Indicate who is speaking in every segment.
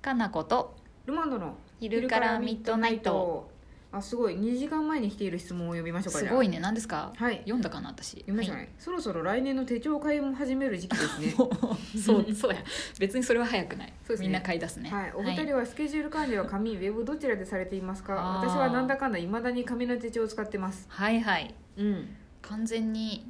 Speaker 1: かなこと
Speaker 2: ルマンドの
Speaker 1: 昼からミッドナイト
Speaker 2: あすごい2時間前に来ている質問を読みましょうか
Speaker 1: すごい
Speaker 2: い
Speaker 1: ね何ですか
Speaker 2: はい
Speaker 1: 読んだかな私
Speaker 2: 読みましょうね、そろそろ来年の手帳買いも始める時期ですね
Speaker 1: もう そうそうや別にそれは早くない
Speaker 2: そうです
Speaker 1: み
Speaker 2: ね
Speaker 1: んな買い出すね
Speaker 2: はい、お二人はスケジュール管理は紙、ウェブどちらでされていますか
Speaker 1: あー
Speaker 2: 私はなんだかんだいまだに紙の手帳を使ってます
Speaker 1: はいはい
Speaker 2: うん
Speaker 1: 完全に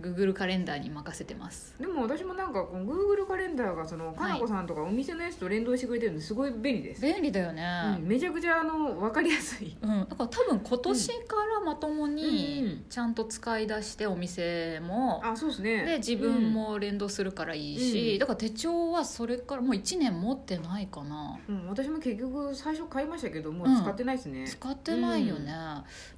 Speaker 1: Google カレンダーに任せてます
Speaker 2: でも私もなんかこの Google カレンダーがそのかなこさんとかお店のやつと連動してくれてるんですごい便利です、
Speaker 1: 便利だよね
Speaker 2: うん、めちゃくちゃあの分かりやすい
Speaker 1: うん、だから多分今年からまとも
Speaker 2: うんうんう
Speaker 1: に
Speaker 2: ん
Speaker 1: ちゃんと使い出してお店も、
Speaker 2: あそうですね
Speaker 1: で自分、も連動するからいいし、
Speaker 2: うん
Speaker 1: だから手帳はそれからもう1年持ってないかな
Speaker 2: うんうん私も結局最初買いましたけどもう使ってないですね、
Speaker 1: 使ってないよね、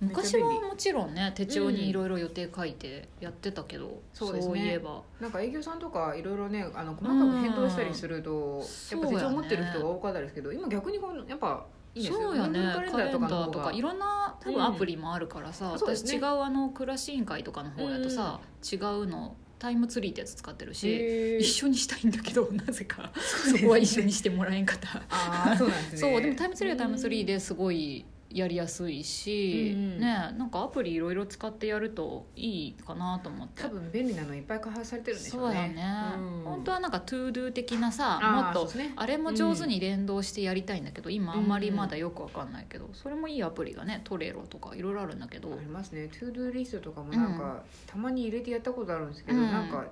Speaker 2: うん
Speaker 1: 昔
Speaker 2: めっちゃ
Speaker 1: は
Speaker 2: 便
Speaker 1: もちろんね手帳にいろいろ予定書いてやってたけど、
Speaker 2: そ
Speaker 1: そうう
Speaker 2: ですね
Speaker 1: いえば
Speaker 2: なんか営業さんとかいろいろねあの細かく変動したりする
Speaker 1: う
Speaker 2: と、
Speaker 1: ん
Speaker 2: やっぱ手
Speaker 1: そうや
Speaker 2: 帳
Speaker 1: ね
Speaker 2: 持ってる人が多かったですけど今逆にこのやっぱいいですよ
Speaker 1: そうやね
Speaker 2: グー
Speaker 1: カ
Speaker 2: グ
Speaker 1: レ
Speaker 2: ル
Speaker 1: ンダ
Speaker 2: の
Speaker 1: ー
Speaker 2: 方
Speaker 1: と
Speaker 2: が
Speaker 1: かいろんな多
Speaker 2: う
Speaker 1: 分
Speaker 2: ん
Speaker 1: アプリもあるからさ、
Speaker 2: そうですね
Speaker 1: 私違うあの暮らし委員会とかの方やとさ、違うのタイムツリーってやつ使ってるし、
Speaker 2: へー
Speaker 1: 一緒にしたいんだけど なぜ か
Speaker 2: そう
Speaker 1: そ
Speaker 2: ですね
Speaker 1: こは一緒にしてもらえんかった。
Speaker 2: ああそうなんですね
Speaker 1: そうでもタイムツリーはタイムツリーですごいやりやすいし、
Speaker 2: うんうん
Speaker 1: ねなんかアプリいろいろ使ってやるといいかなと思って
Speaker 2: 多分便利なのいっぱい開発されてるんでし
Speaker 1: そ
Speaker 2: ょう
Speaker 1: う
Speaker 2: ね
Speaker 1: やね、
Speaker 2: うん
Speaker 1: 本当はなんかトゥードゥ的なさ
Speaker 2: あー
Speaker 1: もっと
Speaker 2: そうですね
Speaker 1: あれも上手に連動してやりたいんだけど、今あんまり
Speaker 2: うん
Speaker 1: まだよくわかんないけど、それもいいアプリがねトレロとかいろいろあるんだけど、
Speaker 2: ありますねトゥードゥーリストとかもなんか、たまに入れてやったことあるんですけど、
Speaker 1: うん
Speaker 2: なんか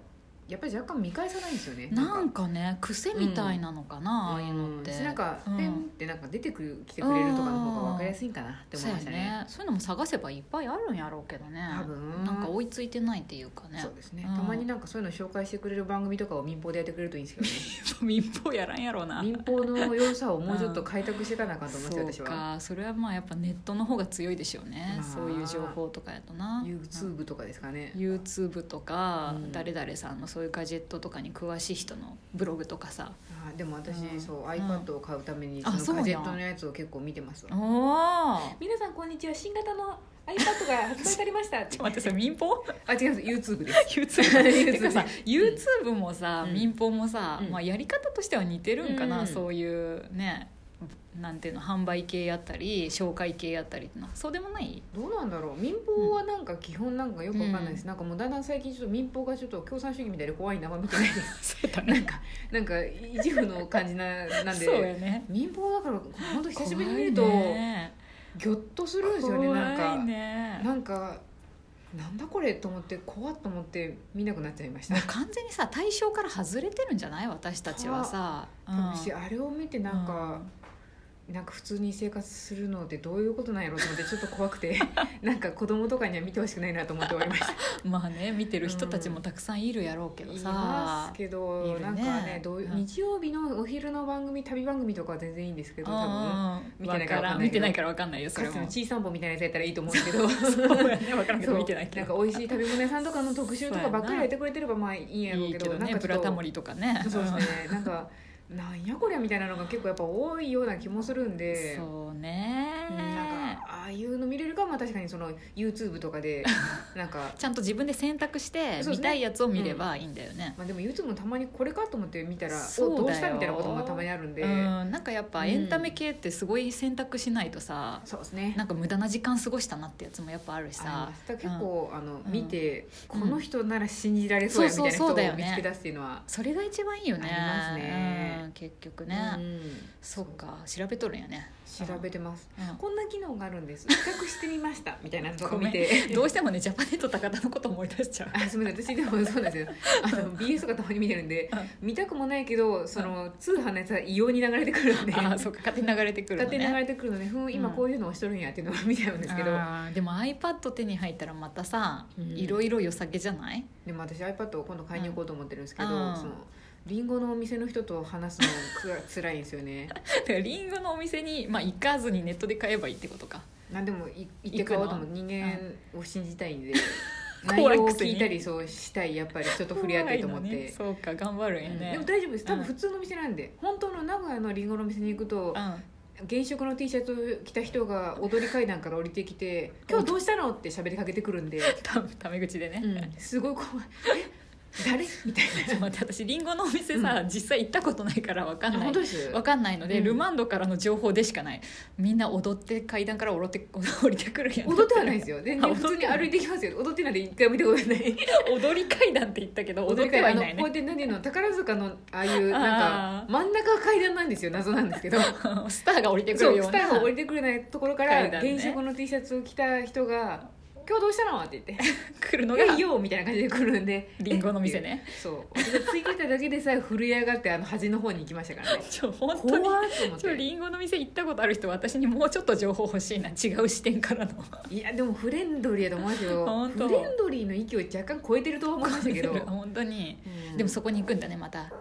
Speaker 2: やっぱり若干見返さないんですよね
Speaker 1: なん
Speaker 2: か
Speaker 1: かね癖みたいなのかな、ああいうのって、
Speaker 2: うんなんか、
Speaker 1: うん
Speaker 2: ペンってなんか出てくる来てくれるとかの方が分かりやすいんかなって思
Speaker 1: そ
Speaker 2: いう
Speaker 1: や
Speaker 2: ましたね
Speaker 1: ねそういうのも探せばいっぱいあるんやろうけどね
Speaker 2: 多分
Speaker 1: なんか追いついてないっていうかね
Speaker 2: そうですね、
Speaker 1: うん
Speaker 2: たまになんかそういうの紹介してくれる番組とかを民放でやってくれるといいんですけどね
Speaker 1: 民放やらんやろうな
Speaker 2: 民放の良さをもうちょっと開拓していかなあかんと思って
Speaker 1: そう
Speaker 2: 私は
Speaker 1: かそれはまあやっぱネットの方が強いでしょうね、
Speaker 2: まあ
Speaker 1: そういう情報とかやとな
Speaker 2: YouTube とかですかね
Speaker 1: YouTube とか、
Speaker 2: うん
Speaker 1: 誰々さんのそういうガジェットとかに詳しい人のブログとかさ
Speaker 2: あーでも私、
Speaker 1: うん
Speaker 2: そう iPad を買うためにそ
Speaker 1: あ
Speaker 2: のガジェッ
Speaker 1: そう
Speaker 2: ト
Speaker 1: なん
Speaker 2: のやつを結構見てますわ
Speaker 1: おお
Speaker 2: 皆さんこんにちは新型の iPad が発売されましたって
Speaker 1: ちょっと待ってさ民放
Speaker 2: あ違います YouTube で す
Speaker 1: YouTube てかさ YouTube もさ、
Speaker 2: うん
Speaker 1: 民放もさ、
Speaker 2: うん
Speaker 1: まあ、やり方としては似てるんかな、
Speaker 2: うん
Speaker 1: そういうねなんていうの販売系やったり紹介系やったりってのはそうでもない
Speaker 2: どうなんだろう民放はなんか基本なんかよくわかんないです、
Speaker 1: う
Speaker 2: なんかもうだんだん最近ちょっと民放がちょっと共産主義みたいで怖いなあんま見てないです
Speaker 1: そうだ
Speaker 2: なんかなんか一部の感じななん
Speaker 1: そうや
Speaker 2: で
Speaker 1: ね
Speaker 2: 民放だから本当久しぶりに見ると
Speaker 1: 怖いね
Speaker 2: ギョッとするんですよねなんか
Speaker 1: 怖いね
Speaker 2: なんかなんだこれと思って怖っと思って見なくなっちゃいました
Speaker 1: もう完全にさ対象から外れてるんじゃない私たちはさ、うん
Speaker 2: 私あれを見てなんか、なんか普通に生活するのってどういうことなんやろうと思ってちょっと怖く てなんか子供とかには見てほしくないなと思って終わりました
Speaker 1: まあね見てる人たちもたくさんいるやろうけど
Speaker 2: い
Speaker 1: さ
Speaker 2: ます、けど、
Speaker 1: いるね
Speaker 2: なんかねどういう
Speaker 1: うん
Speaker 2: 日曜日のお昼の番組旅番組とかは全然いいんですけど多
Speaker 1: う
Speaker 2: 分
Speaker 1: ん
Speaker 2: 見てないからわかんない
Speaker 1: 見
Speaker 2: けど
Speaker 1: てないからわかんないよそ
Speaker 2: か
Speaker 1: れ
Speaker 2: つて
Speaker 1: も
Speaker 2: の「ちいさんぽ」みたいなやつやったらいいと思うんですけど
Speaker 1: そうやねわからんけど見てないけ
Speaker 2: そ
Speaker 1: ど
Speaker 2: うなんか美味しい食べ物屋さんとかの特集とかばっかりやってくれてればまあいいんやろう
Speaker 1: いい
Speaker 2: け
Speaker 1: け
Speaker 2: ど
Speaker 1: どね
Speaker 2: なんか
Speaker 1: ブ
Speaker 2: ちょ
Speaker 1: ラ
Speaker 2: っと
Speaker 1: タモリとかね
Speaker 2: そうですねなんかなんやこりゃみたいなのが結構やっぱ多いような気もするんで
Speaker 1: そうね
Speaker 2: うんなんかああいうの見れるかも確かにその YouTube と かでなんか
Speaker 1: ちゃんと自分で選択して
Speaker 2: そうですね
Speaker 1: 見たいやつを見ればいいんだよね
Speaker 2: まあでも YouTube もたまにこれかと思って見たら
Speaker 1: そ
Speaker 2: お
Speaker 1: うだよ
Speaker 2: どうしたみたいなことがたまにあるんで、
Speaker 1: うんなんかやっぱエンタメ系ってすごい選択しないとさ、
Speaker 2: そうですね
Speaker 1: なんか無駄な時間過ごしたなってやつもやっぱあるし
Speaker 2: あ
Speaker 1: さ
Speaker 2: りますだから結構、あの
Speaker 1: うん
Speaker 2: 見て、
Speaker 1: うん
Speaker 2: この人なら信じられそうやみたいな人
Speaker 1: そうそうそ
Speaker 2: を
Speaker 1: うだよ
Speaker 2: 見
Speaker 1: ね
Speaker 2: つけ出すっていうのは、
Speaker 1: それが一番いいよね
Speaker 2: ありますね
Speaker 1: うん結局ね、
Speaker 2: うん
Speaker 1: そっか調べとるんやね
Speaker 2: 調べてます、
Speaker 1: うん
Speaker 2: こんな機能があるんです比較してみましたみたいなのとか見て
Speaker 1: うん どうしてもねジャパネット高田のこと思い出しちゃう
Speaker 2: あすみません私でもそうな んですよあの BS がたまに見てるんで見たくもないけどその通販のやつは異様に流れてくるんで
Speaker 1: あーそっか勝手に流れてくる
Speaker 2: 勝
Speaker 1: の
Speaker 2: 手
Speaker 1: ね
Speaker 2: に流れてくるので、ふん今こういうのをしとるんやっていうのを見ちゃうんですけど、
Speaker 1: あーでも iPad 手に入ったらまたさ
Speaker 2: うん
Speaker 1: いろいろ良さげじゃない
Speaker 2: でも私 iPad を今度買いに行こうと思ってるんですけど、
Speaker 1: うん
Speaker 2: そのリンゴのお店の人と話すのが 辛いんですよね
Speaker 1: だからリンゴのお店に、まあ、行かずにネットで買えばいいってことか
Speaker 2: なんでもい行って買おうと思って人間を信じたいんで、内
Speaker 1: 怖い
Speaker 2: 容を
Speaker 1: くせに
Speaker 2: 聞いたりそうしたいやっぱり人と触れ合いたいと思って、
Speaker 1: 怖いのねそうか頑張るんや
Speaker 2: うん
Speaker 1: ね
Speaker 2: でも大丈夫です多
Speaker 1: う
Speaker 2: 分
Speaker 1: ん
Speaker 2: 普通のお店なんで、本当の名古屋のリンゴのお店に行くと
Speaker 1: うん
Speaker 2: 現職の T シャツを着た人が踊り階段から降りてきて「今日どうしたの?」って喋りかけてくるんで。
Speaker 1: たタメ口でね、
Speaker 2: うん、すごい怖い「え誰みたい
Speaker 1: ちょっと待って私りんごのお店さ、
Speaker 2: うん
Speaker 1: 実際行ったことないから分かん
Speaker 2: な
Speaker 1: ない
Speaker 2: 本当です
Speaker 1: わかんないので、
Speaker 2: うん
Speaker 1: ルマンドからの情報でしかないみんな踊って階段から踊って 降りてくるやん
Speaker 2: 踊ってはないですよ全然
Speaker 1: あ
Speaker 2: 普通に歩いてきますよ踊ってなんて一回も見たことない
Speaker 1: 踊り階段って言ったけど踊
Speaker 2: 踊
Speaker 1: っ
Speaker 2: り
Speaker 1: て
Speaker 2: 階
Speaker 1: は
Speaker 2: 段
Speaker 1: い
Speaker 2: あの
Speaker 1: な
Speaker 2: こ
Speaker 1: いう
Speaker 2: や
Speaker 1: ね
Speaker 2: って何の宝塚のああいう
Speaker 1: あ
Speaker 2: なんか
Speaker 1: ー
Speaker 2: 真ん中は階段なんですよ謎なんですけど
Speaker 1: スターが降りてく
Speaker 2: そ
Speaker 1: る
Speaker 2: う
Speaker 1: よう
Speaker 2: ス
Speaker 1: な
Speaker 2: ターが降りてくれないところか
Speaker 1: 階
Speaker 2: ら
Speaker 1: 段ね
Speaker 2: 現職の T シャツを着た人が「今日どうしたの?」って言って
Speaker 1: 来る
Speaker 2: 「
Speaker 1: の
Speaker 2: いや
Speaker 1: が
Speaker 2: いよ」みたいな感じで来るんで
Speaker 1: りんごの店 ね
Speaker 2: そう私がついてただけでさえ震え上がってあの端の方に行きましたからね
Speaker 1: ちょ本
Speaker 2: 怖
Speaker 1: 当
Speaker 2: っ
Speaker 1: に
Speaker 2: と思っ
Speaker 1: ちょ
Speaker 2: て
Speaker 1: りんごの店行ったことある人私にもうちょっと情報欲しいな違う視点からの
Speaker 2: いやでもフレンドリーやと思いますよ
Speaker 1: 本当
Speaker 2: フレンドリーの域を若干超えてると思いました けど、
Speaker 1: 本当に、
Speaker 2: うん
Speaker 1: でもそこに行くんだねまた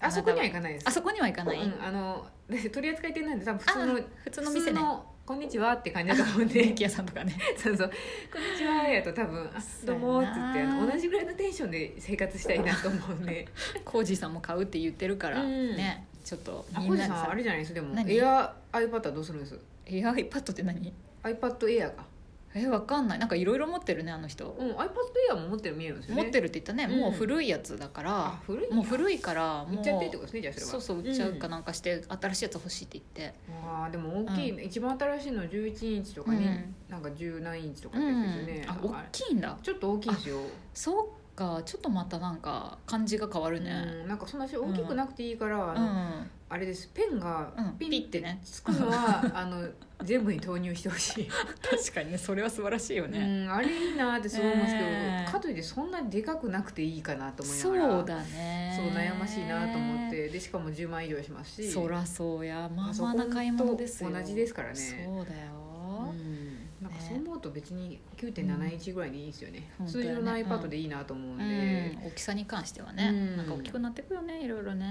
Speaker 2: あそこには行かないです
Speaker 1: あそこには行かない、
Speaker 2: うん、あの私取り扱い店なんで多分普
Speaker 1: あ
Speaker 2: 通の
Speaker 1: 普通の店ね
Speaker 2: こんにちは」って感じだと思うん
Speaker 1: 電
Speaker 2: で
Speaker 1: 気屋さんとかね
Speaker 2: そうそう「こんにちは」やと多分「あどうも」っつってあの同じぐらいのテンションで生活したいなと思うんで
Speaker 1: コージーさんも買うって言ってるから、
Speaker 2: うん
Speaker 1: ねちょっと
Speaker 2: あ
Speaker 1: み
Speaker 2: こ
Speaker 1: ん
Speaker 2: じ
Speaker 1: な
Speaker 2: さ
Speaker 1: で
Speaker 2: ん
Speaker 1: さ
Speaker 2: あれじゃないですでも
Speaker 1: 何
Speaker 2: エア iPad はどうするんです
Speaker 1: エア iPad って何
Speaker 2: iPad Air か
Speaker 1: えわかんないなんかいろいろ持ってるねあの人、
Speaker 2: うん iPad Air も持ってる見えるんですよね
Speaker 1: 持ってるって言ったね、
Speaker 2: うん
Speaker 1: もう古いやつだから
Speaker 2: あ古い
Speaker 1: もう古いからもう
Speaker 2: 売っちゃってってことですねじゃあそれは
Speaker 1: そうそう売っちゃうか
Speaker 2: な、
Speaker 1: なんかして、新しいやつ欲しいって言って、
Speaker 2: うんわあでも大きい、一番新しいの11インチとかに、
Speaker 1: うん
Speaker 2: なんか10何インチとか
Speaker 1: う
Speaker 2: っ
Speaker 1: ん
Speaker 2: てやつですよね、
Speaker 1: あ
Speaker 2: あれ
Speaker 1: 大きいんだ
Speaker 2: ちょっと大きいんですよ
Speaker 1: そうかちょっとまたなんか感じが変わるね
Speaker 2: うん、なんかそんなし大きくなくていいから、
Speaker 1: う
Speaker 2: あ
Speaker 1: ん、
Speaker 2: のあれですペンが
Speaker 1: うん
Speaker 2: ピ
Speaker 1: ピ
Speaker 2: ン
Speaker 1: ッ
Speaker 2: って
Speaker 1: ね
Speaker 2: つくのは、 あの全部に投入してほしい、
Speaker 1: 確かにねそれは素晴らしいよね、
Speaker 2: うん、あれいいなってすごい思うんですけど、
Speaker 1: ねえ
Speaker 2: かといってそんなでかくなくていいかなと思いな
Speaker 1: そ
Speaker 2: がら
Speaker 1: うだね
Speaker 2: そう悩ましいなと思ってでしかも10万以上しますし
Speaker 1: そらそうやまあまあな買い物ですよ
Speaker 2: パソコンと同じですからね
Speaker 1: そうだ
Speaker 2: う
Speaker 1: よ、
Speaker 2: んなん
Speaker 1: ね
Speaker 2: かそう思うと別に9.71ぐらいでいいですよね、
Speaker 1: うん
Speaker 2: 通常
Speaker 1: 本当
Speaker 2: の
Speaker 1: だよね
Speaker 2: iPad でいいなと思う
Speaker 1: うんん
Speaker 2: で、
Speaker 1: 大きさに関してはね、
Speaker 2: うん
Speaker 1: なんか大きくなってくよねいろいろね、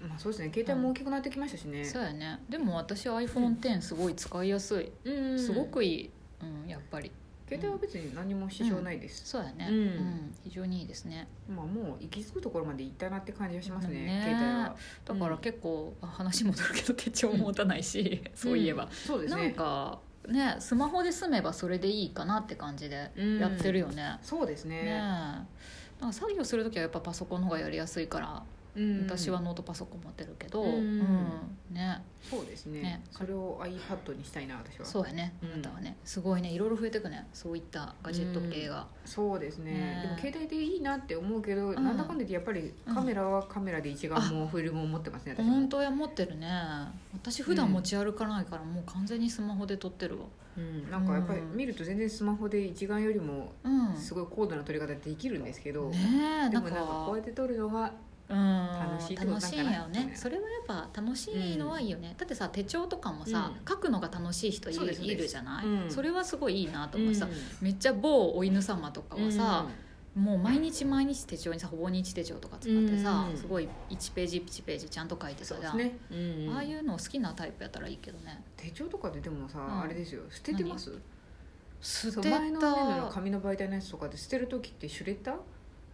Speaker 2: まあ、そうですね携帯も大きくなってきましたしね、
Speaker 1: そうやねでも私 iPhone10 すごい使いやすい、
Speaker 2: うん
Speaker 1: すごくいい、うん、やっぱり
Speaker 2: 携帯は別に何も支障ないです、
Speaker 1: そうやね、
Speaker 2: うん
Speaker 1: 非常にいいですね
Speaker 2: まあもう行き着くところまで行ったなって感じがしますね
Speaker 1: ね
Speaker 2: 携帯は
Speaker 1: だから結構、あ話戻るけど手帳持たないし、 そういえば
Speaker 2: ん、そうです
Speaker 1: な
Speaker 2: ね
Speaker 1: んかねスマホで済めばそれでいいかなって感じでやってるよね、
Speaker 2: そうですね
Speaker 1: ねえなんか作業する時はやっぱパソコンの方がやりやすいから、
Speaker 2: うん
Speaker 1: 私はノートパソコン持ってるけど、
Speaker 2: うん
Speaker 1: うんね
Speaker 2: そうですね
Speaker 1: ね
Speaker 2: それを iPad にしたいな私は
Speaker 1: そうやね、
Speaker 2: うん
Speaker 1: あなたはねすごいねいろいろ増えてくねそういったガジェット系が、
Speaker 2: そうですね
Speaker 1: ねえ
Speaker 2: でも携帯でいいなって思うけど、
Speaker 1: ん
Speaker 2: なんだかんだ言ってやっぱりカメラはカメラで一眼もフィルムも持ってますね私も
Speaker 1: 本当や持ってるね私普段持ち歩かないからもう完全にスマホで撮ってるわ
Speaker 2: うん、なんかやっぱり見ると全然スマホで一眼よりも
Speaker 1: うん
Speaker 2: すごい高度な撮り方できるんですけど、
Speaker 1: ねえ
Speaker 2: で
Speaker 1: なん
Speaker 2: もなんかこうや
Speaker 1: か
Speaker 2: って撮るのが
Speaker 1: うん
Speaker 2: 楽しいってこ
Speaker 1: 楽
Speaker 2: となんかな
Speaker 1: しいんやよね
Speaker 2: ね
Speaker 1: それはやっぱ楽しいのはいいよね、だってさ手帳とかもさ、
Speaker 2: う
Speaker 1: 書くのが楽しい人い
Speaker 2: そう
Speaker 1: る
Speaker 2: です
Speaker 1: いるじゃない、
Speaker 2: うん
Speaker 1: それはすごいいいなと
Speaker 2: う
Speaker 1: 思
Speaker 2: ん
Speaker 1: うさ、めっちゃ某お犬様とかはさ、もう毎日毎日手帳にさほぼ日手帳とか使ってさ、
Speaker 2: うん
Speaker 1: すごい1ページ1ページちゃんと書いて
Speaker 2: そ
Speaker 1: さじ
Speaker 2: うで
Speaker 1: ゃ
Speaker 2: す
Speaker 1: ん、
Speaker 2: ね、うん
Speaker 1: ああいうの好きなタイプやったらいいけどね
Speaker 2: 手帳とかででもさ、
Speaker 1: うん
Speaker 2: あれですよ捨ててます
Speaker 1: 捨
Speaker 2: そ
Speaker 1: て
Speaker 2: う
Speaker 1: た
Speaker 2: 前の年の紙の媒体のやつとかで捨てる時ってシュレッダ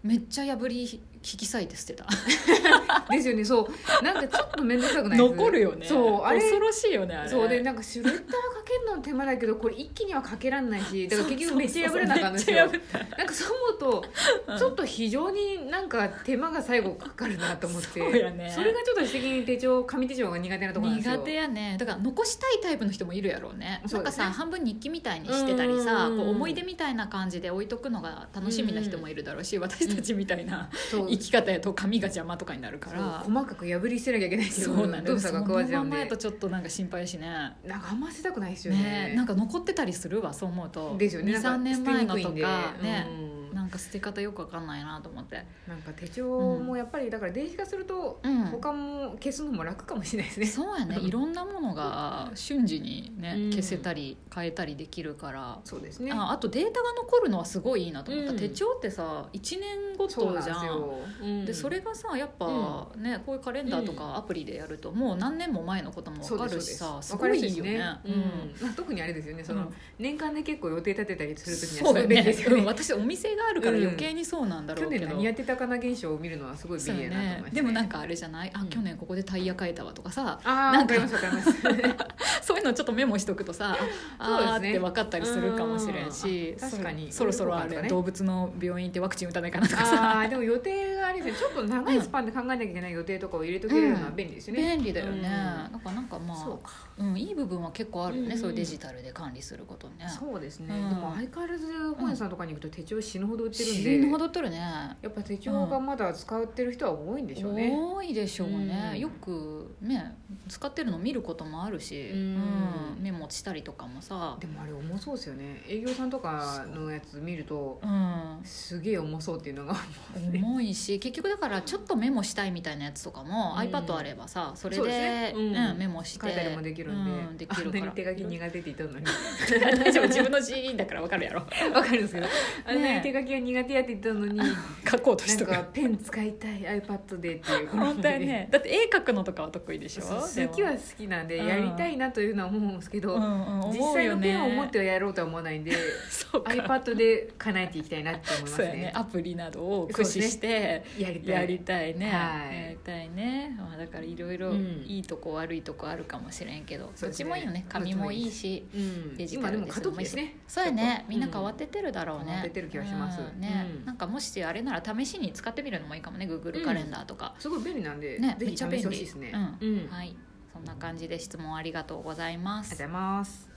Speaker 1: めっちゃ破り引き裂いて捨てた
Speaker 2: ーですよねそうなんかちょっと面倒くさくないです
Speaker 1: 残るよね
Speaker 2: そうあれ
Speaker 1: 恐ろしいよねあれ
Speaker 2: そうでなんかシュレッダーかけるの手間だけどこれ一気にはかけらんない しだから結局めっちゃ破れなあかったんですよ
Speaker 1: めっちゃ破っ
Speaker 2: なんかそう思う
Speaker 1: たうん
Speaker 2: とちょっと非常になんか手間が最後かかるなと思って
Speaker 1: そうやね
Speaker 2: それがちょっと私的に手帳紙手帳が苦手なところなんですよ
Speaker 1: 苦手やねだから残したいタイプの人もいるやろうね
Speaker 2: そ
Speaker 1: な
Speaker 2: うんで
Speaker 1: か
Speaker 2: すね
Speaker 1: さ半分日記みたいにしてたりさ
Speaker 2: うんうんうん
Speaker 1: こう思い出みたいな感じで置いとくのが楽しみな人もいるだろうし私たちみたいな
Speaker 2: そう
Speaker 1: 生き方やと紙が邪魔とかになるか
Speaker 2: そう
Speaker 1: ら
Speaker 2: 細かく破り捨てなきゃいけないってい
Speaker 1: そうなんだ
Speaker 2: う動
Speaker 1: そ
Speaker 2: 作
Speaker 1: の
Speaker 2: が加わっちゃ
Speaker 1: ま
Speaker 2: うん
Speaker 1: ま
Speaker 2: で
Speaker 1: やとちょっとなんか心配やしね
Speaker 2: なんかあんま捨てたくないですよ
Speaker 1: ね
Speaker 2: ね
Speaker 1: なんか残ってたりするわそう思うと
Speaker 2: ですよね
Speaker 1: 23年前のとかね、
Speaker 2: うん
Speaker 1: なんか捨て方よくわかんないなと思って
Speaker 2: なんか手帳もやっぱりだから電子化すると
Speaker 1: うん
Speaker 2: 保管も消すのも楽かもしれないですね、
Speaker 1: そうや ねいろんなものが瞬時に
Speaker 2: う
Speaker 1: ね
Speaker 2: ん
Speaker 1: 消せたり変えたりできるから
Speaker 2: そうですね
Speaker 1: ああとデータが残るのはすごいいいなと思った、
Speaker 2: うん
Speaker 1: 手帳ってさ1年ご
Speaker 2: そう
Speaker 1: と
Speaker 2: なん
Speaker 1: じ
Speaker 2: で
Speaker 1: ゃ
Speaker 2: す
Speaker 1: ん
Speaker 2: よ、うん
Speaker 1: でそれがさやっぱね、こういうカレンダーとかアプリでやるともう何年も前のことも
Speaker 2: そ
Speaker 1: 分
Speaker 2: う
Speaker 1: か
Speaker 2: です
Speaker 1: るしさす
Speaker 2: そう
Speaker 1: ご
Speaker 2: です
Speaker 1: いいいよね
Speaker 2: わかりやすいしうんまあ特にあれですよねその、
Speaker 1: うん
Speaker 2: 年間で結構予定立てたりする時に
Speaker 1: そ
Speaker 2: は
Speaker 1: うね
Speaker 2: それ便利ですよ
Speaker 1: う
Speaker 2: ね
Speaker 1: ん私お店があるから
Speaker 2: うん
Speaker 1: 余計に そうなんだろ
Speaker 2: 去
Speaker 1: うけ
Speaker 2: 年
Speaker 1: ど、
Speaker 2: 何やってたかな現象を見るのはすごい
Speaker 1: そ
Speaker 2: 美
Speaker 1: う
Speaker 2: 麗
Speaker 1: よ
Speaker 2: だなと思い
Speaker 1: ね
Speaker 2: ました、
Speaker 1: で
Speaker 2: ね
Speaker 1: もなんかあれじゃないあ、
Speaker 2: うん
Speaker 1: 去年ここでタイヤ変えたわとかさ
Speaker 2: ああ
Speaker 1: な
Speaker 2: わ
Speaker 1: んか
Speaker 2: かりますわかります
Speaker 1: そういうのちょっとメモしとくとさ
Speaker 2: そうですね
Speaker 1: あ、あーって分かったりするかもしれんし
Speaker 2: うん確かに
Speaker 1: そろそろあ
Speaker 2: そういうことか
Speaker 1: れ、
Speaker 2: ね
Speaker 1: 動物の病院行ってワクチン打たないかなとかさ
Speaker 2: ああでも予定があれですねちょっと長いスパンで考えなきゃいけない予定とかを入れとけるのは便利ですよね、
Speaker 1: 便利だよね、
Speaker 2: うん
Speaker 1: なんかなんかま
Speaker 2: そう
Speaker 1: あ
Speaker 2: か
Speaker 1: う、ん、いい部分は結構あるよね、
Speaker 2: うん
Speaker 1: そういうデジタルで管理することね
Speaker 2: そうですね、
Speaker 1: うん
Speaker 2: でも相変わらず本屋さんとかに行くと手帳死ぬほど売ってるんで、
Speaker 1: 死ぬほど取るね
Speaker 2: やっぱ手帳がまだ使ってる人は多いんでしょうね、
Speaker 1: 多いでしょうね、
Speaker 2: うん
Speaker 1: よくね使ってるの見ることもあるし、
Speaker 2: うん
Speaker 1: うんメモしたりとかもさ、
Speaker 2: でもあれ重そうですよね営業さんとかのやつ見ると
Speaker 1: うん、
Speaker 2: すげえ重そうっていうのが
Speaker 1: 重いし結局だからちょっとメモしたいみたいなやつとかも、
Speaker 2: うん
Speaker 1: iPad あればさそれ
Speaker 2: そう
Speaker 1: で
Speaker 2: ですね
Speaker 1: うん
Speaker 2: うん
Speaker 1: メモして
Speaker 2: 書いたりもできるんで,、
Speaker 1: うんできる
Speaker 2: あんな
Speaker 1: か
Speaker 2: に
Speaker 1: ら
Speaker 2: 手書き苦手って言ったのに
Speaker 1: 大丈夫自分の CD だからわかるやろ
Speaker 2: わかるんですけどあんな
Speaker 1: ね
Speaker 2: に
Speaker 1: え
Speaker 2: 手書きが苦手やって言ったのに なん
Speaker 1: 書こうとしとく
Speaker 2: かペン使いたい iPad でっていう
Speaker 1: 本当やねだって絵描くのとかは得意でしょ
Speaker 2: そう好きは好きなんで
Speaker 1: うん
Speaker 2: やりたいなというのは思うんですけ
Speaker 1: で
Speaker 2: ど、
Speaker 1: もうんうん
Speaker 2: 実際のペンを持
Speaker 1: 思
Speaker 2: っ
Speaker 1: うよね
Speaker 2: てはやろうとは思わない んで
Speaker 1: そうか
Speaker 2: iPad で叶えていきたいなって思います
Speaker 1: そう
Speaker 2: ね
Speaker 1: やねアプリなどを駆使して
Speaker 2: やりたい
Speaker 1: やりたいね、
Speaker 2: はい
Speaker 1: やりたいね、まあ、だからいろいろ
Speaker 2: うん
Speaker 1: いいとこ悪いとこあるかもしれんけど、
Speaker 2: そ
Speaker 1: どっ
Speaker 2: うです
Speaker 1: ち
Speaker 2: ね
Speaker 1: もいいよね紙もいいし
Speaker 2: うん
Speaker 1: デジタ
Speaker 2: 今で
Speaker 1: ル
Speaker 2: も
Speaker 1: で
Speaker 2: 過
Speaker 1: す
Speaker 2: 渡期ですね
Speaker 1: そうやねみんな変わ
Speaker 2: っ
Speaker 1: ってってるだろうね
Speaker 2: 変わってってる気がします
Speaker 1: うんね、
Speaker 2: うん
Speaker 1: なんかもしあれなら試しに使ってみるのもいいかもね Google カレンダーとか、
Speaker 2: すごい便利なんで、
Speaker 1: ね
Speaker 2: ぜ
Speaker 1: め
Speaker 2: ひ
Speaker 1: っ
Speaker 2: 試
Speaker 1: ちゃ便利
Speaker 2: してほしいですね
Speaker 1: う
Speaker 2: うん、ありがとう
Speaker 1: はいそんな感じで質問ありがとうございま
Speaker 2: ご
Speaker 1: す
Speaker 2: ざいます